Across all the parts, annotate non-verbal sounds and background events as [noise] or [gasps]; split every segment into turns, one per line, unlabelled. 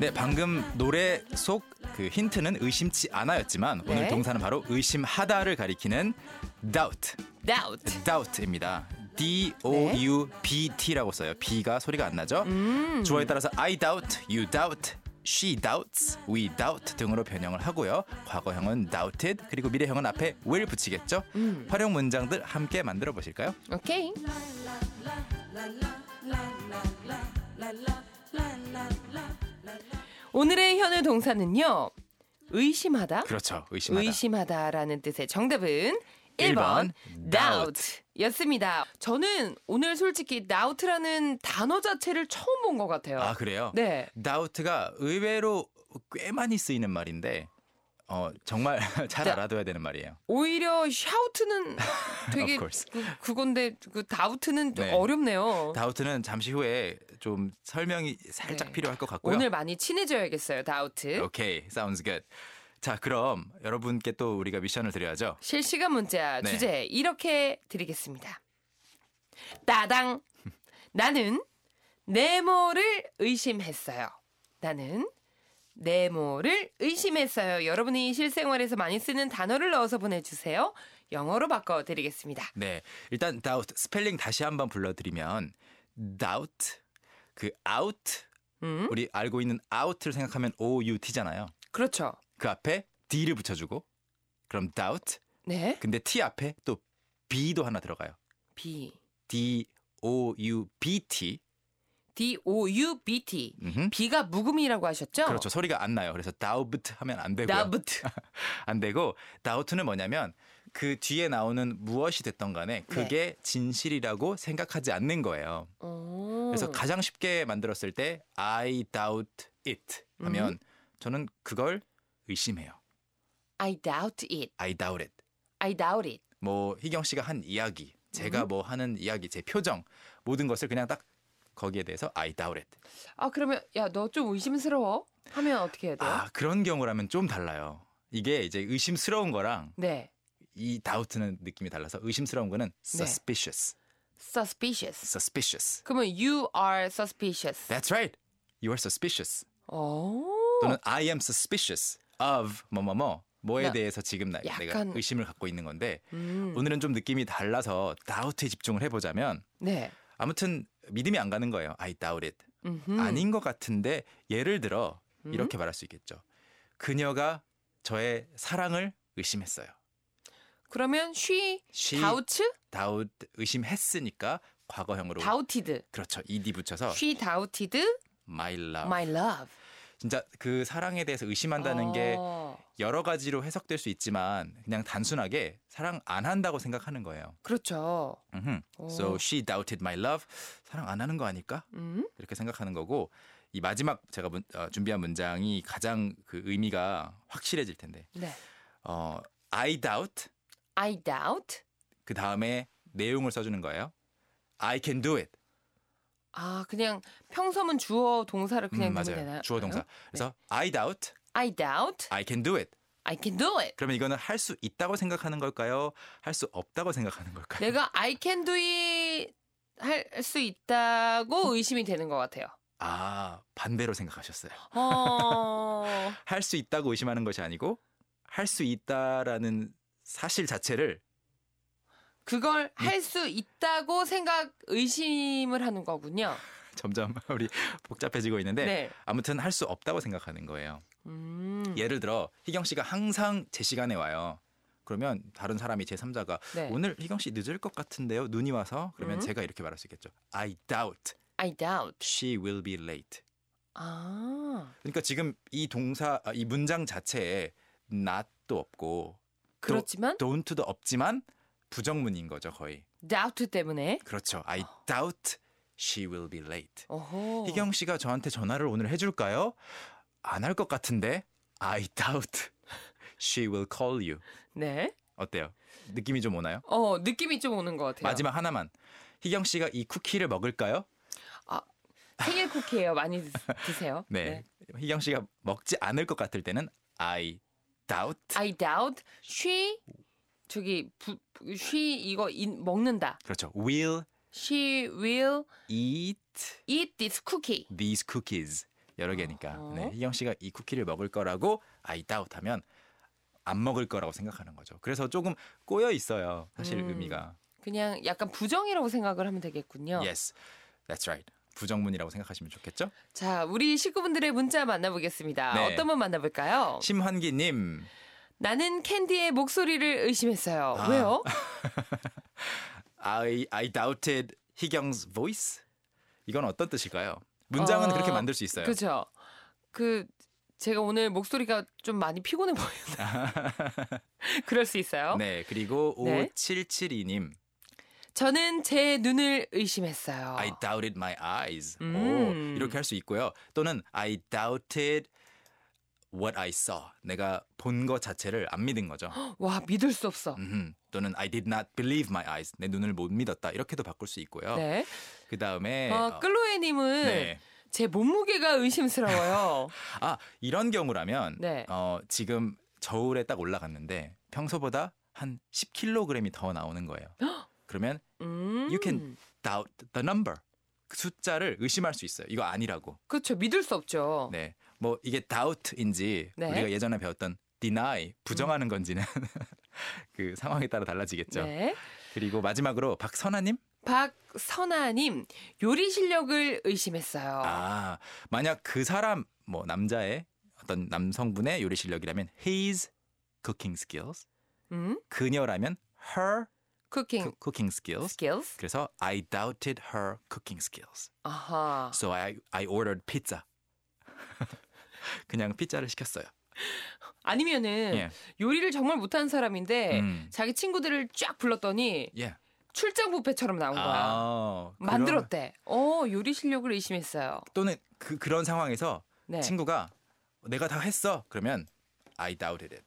네, 방금 노래 속 그 힌트는 의심치 않아였지만 오늘
네.
동사는 바로 의심하다를 가리키는 doubt,
doubt.
doubt입니다. D O U B T라고 써요. B가 소리가 안 나죠? 주어에 따라서 I doubt, you doubt, she doubts, we doubt 등으로 변형을 하고요. 과거형은 doubted, 그리고 미래형은 앞에 will 붙이겠죠? 활용 문장들 함께 만들어 보실까요?
오케이. 오늘의 현우 동사는요. 의심하다.
그렇죠. 의심하다.
의심하다라는 뜻의 정답은
일 번,
1번 doubt 였습니다. 저는 오늘 솔직히 doubt라는 단어 자체를 처음 본 것 같아요.
아, 그래요?
네.
다우트가 의외로 꽤 많이 쓰이는 말인데 어 정말 [laughs] 잘
네.
알아둬야 되는 말이에요.
오히려
[laughs]
shout는
Of
되게
course.
그, 그건데 그 doubt는 좀
네.
어렵네요.
다우트는 잠시 후에 좀 설명이 살짝
네.
필요할 것 같고요.
오늘 많이 친해져야겠어요. doubt.
오케이, sounds good. 자, 그럼 여러분께 또 우리가 미션을 드려야죠.
실시간 문자
네.
주제 이렇게 드리겠습니다. 따당 나는 네모를 의심했어요. 나는 네모를 의심했어요. 여러분이 실생활에서 많이 쓰는 단어를 넣어서 보내주세요. 영어로 바꿔드리겠습니다.
네, 일단 doubt 스펠링 다시 한번 불러드리면 doubt 그 out
음,
우리 알고 있는 out를 생각하면 o u t잖아요.
그렇죠.
그 앞에 d를 붙여주고 그럼 doubt.
네,
근데 t 앞에 또 b도 하나 들어가요.
B
D O U B T.
D O U B T B가 무음이라고 하셨죠?
그렇죠. 소리가 안 나요. 그래서 다우트 하면 안 되고요.
나부트.
[laughs] 안 되고 다우트는 뭐냐면 그 뒤에 나오는 무엇이 됐던 간에
네.
그게 진실이라고 생각하지 않는 거예요.
오.
그래서 가장 쉽게 만들었을 때 I doubt it 하면
음.
저는 그걸 의심해요.
I doubt it.
I doubt it.
I doubt it.
뭐 희경 씨가 한 이야기, 제가
음.
뭐 하는 이야기, 제 표정 모든 것을 그냥 딱 거기에 대해서 I doubt it.
아 그러면 야 너 좀 의심스러워 하면 어떻게 해야 돼요?
아 그런 경우라면 좀 달라요. 이게 이제 의심스러운 거랑
네,
이 doubt는 느낌이 달라서 의심스러운 거는 suspicious,
suspicious.
suspicious.
그러면 you are suspicious. 어.
That's right. You are suspicious.
오,
또는 I am suspicious of 뭐뭐뭐 뭐에
나-
대해서 지금 나,
약간-
내가 의심을 갖고 있는 건데
음,
오늘은 좀 느낌이 달라서 doubt에 집중을 해보자면
네,
아무튼 믿음이 안 가는 거예요. I doubt it.
음흠.
아닌 것 같은데 예를 들어
음?
이렇게 말할 수 있겠죠. 그녀가 저의 사랑을 의심했어요.
그러면 she,
She
doubts,
다웃 의심했으니까 과거형으로
doubted.
그렇죠 ed 붙여서
she doubted
my love
my love.
진짜 그 사랑에 대해서 어. 의심한다는 게
어,
여러 가지로 해석될 수 있지만 그냥 단순하게 사랑 안 한다고 생각하는 거예요.
그렇죠.
음흠.
오.
So she doubted my love 사랑 안 하는 거 아닐까
음,
이렇게 생각하는 거고 이 마지막 제가 문- 어, 준비한 문장이 가장 그 의미가 확실해질 텐데
네,
어, I doubt
I doubt.
그 다음에 내용을 써주는 거예요. I can do it
아 그냥 평소문 주어 동사를 그냥
음,
넣으면
맞아요.
되나요? 네.
주어 동사. 아. 그래서 I doubt
I doubt
I can do it.
I can do it.
그러면 이거는 할 수 있다고 생각하는 걸까요? 할 수 없다고 생각하는 걸까요?
내가 I can do it 할
[laughs]
수 있다고 의심이 되는 것 같아요.
아, 반대로 생각하셨어요.
어,
[laughs] 할 수 있다고 의심하는 것이 아니고 할 수 있다라는 사실 자체를 [laughs] 음.
그걸 할 수 있다고 생각 의심을 하는 거군요.
점점 우리 복잡해지고 있는데
네.
아무튼 할 수 없다고 생각하는 거예요.
음,
예를 들어 희경 씨가 항상 제 시간에 와요. 그러면 다른 사람이 제 3자가
네.
오늘 희경 씨 늦을 것 같은데요. 눈이 와서 그러면
음.
제가 이렇게 말할 수 있겠죠. I doubt
I doubt.
she will be late.
아,
그러니까 지금 이 동사 아, 이 문장 자체에 not도 없고 또
그렇지만
don't도 없지만 부정문인 거죠 거의.
doubt 때문에.
그렇죠. I doubt she will be late.
아. 어허.
희경 씨가 저한테 전화를 오늘 해줄까요? 안 할 것 같은데. I doubt she will call you.
네.
어때요? 느낌이 좀 오나요?
어, 느낌이 좀 오는 것 같아요.
마지막 하나만. 희경 씨가 이 쿠키를 먹을까요?
생일 쿠키예요. 많이 드, 드세요.
[laughs] 네. 희경 씨가
아.
먹지 않을 것 같을 때는 I doubt
I doubt she 저기 부, she 이거 인, 먹는다.
그렇죠. Will
She will
eat
eat this cookie.
these cookies. 여러 개니까.
어.
네, 희경 씨가 이 쿠키를 먹을 거라고 I doubt 하면 안 먹을 거라고 생각하는 거죠. 그래서 조금 꼬여 있어요. 사실
음.
의미가.
그냥 약간 부정이라고 생각을 하면 되겠군요.
Yes. That's right. 부정문이라고 생각하시면 좋겠죠?
자, 우리 식구분들의 문자 만나보겠습니다.
네.
어떤 분 만나볼까요?
심환기 님.
나는 캔디의 목소리를 의심했어요.
아.
왜요?
I I doubted 희경's voice. 이건 어떤 뜻일까요? 문장은
어,
그렇게 만들 수 있어요.
그죠? 그 제가 오늘 목소리가 좀 많이 피곤해 보였나?
[laughs]
그럴 수 있어요.
네, 그리고
네.
5772님.
저는 제 눈을 의심했어요.
I doubted my eyes.
아. 음.
오, 이렇게 할 수 있고요. 또는 I doubted what I saw. 내가 본 것 자체를 안 믿은
[gasps]
거죠.
와 믿을 수 없어.
음흠. 또는 I did not believe my eyes. 내 눈을 못 믿었다. 이렇게도 바꿀 수 있고요.
네.
그 다음에
어, 클로에님은
네.
제 몸무게가 의심스러워요.
아 이런 경우라면
네.
어, 지금 저울에 딱 올라갔는데 평소보다 한 10kg이 더 나오는
[gasps]
거예요. 그러면
음.
[laughs] You can- doubt the number 그 숫자를 의심할 수 있어요. 이거 아니라고.
그렇죠. 믿을 수 없죠.
네, 뭐 이게 doubt인지
네. 음.
우리가 예전에 배웠던 deny 부정하는 건지는 [laughs] 그 상황에 따라 달라지겠죠.
네.
그리고 마지막으로 박선아님,
박선아님 요리 실력을 의심했어요.
아 만약 그 사람 뭐 남자의 어떤 남성분의 요리 실력이라면 his cooking skills,
음?
그녀라면 her
쿠킹
cook- cooking skills.
skills.
그래서 I doubted her cooking skills.
아하.
So I I ordered pizza. [laughs] 그냥 피자를 시켰어요.
아니면은
예.
요리를 정말 못하는 사람인데
음.
자기 친구들을 쫙 불렀더니
예.
출장 뷔페처럼 나온 거야.
아, 그런-
어, 만들었대. 어 요리 실력을 의심했어요.
또는 그 그런 상황에서
네.
친구가 내가 다 했어. 그러면 I doubted it.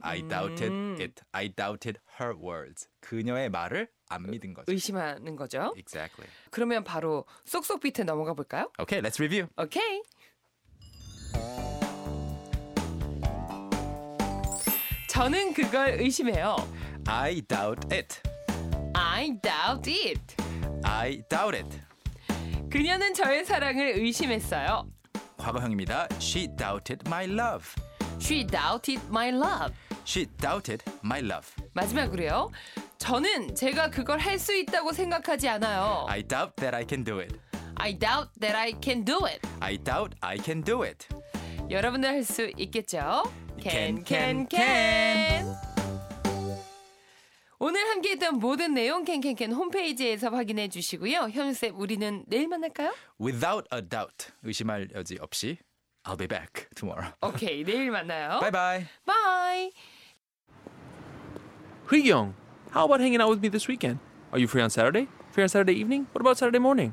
I doubted
음.
it. I doubted her words. 그녀의 말을 안 믿은 거죠.
의심하는 거죠.
예. Exactly.
그러면 바로 쏙쏙 비트 넘어가 볼까요?
Okay, let's review.
오케이. 저는 그걸 의심해요.
I doubt it.
I doubt it.
I doubt it.
그녀는 저의 사랑을 의심했어요.
과거형입니다. She doubted my love.
She doubted my love.
She doubted my love.
마지막으로요. 저는 제가 그걸 할 수 있다고 생각하지 않아요.
I doubt that I can do it.
I doubt that I can do it.
I doubt I can do it.
여러분도 할 수 있겠죠?
Can,
캔,
can,
캔, 캔. 오늘 함께했던 모든 내용 캔캔캔 홈페이지에서 확인해 주시고요. 현우쌤 우리는 내일 만날까요?
Without a doubt. 의심할 여지 없이 I'll be back tomorrow.
오케이 내일 만나요.
Bye bye.
바이.
Young, how about hanging out with me this weekend? Are you free on Saturday? Free on Saturday evening? What about Saturday morning?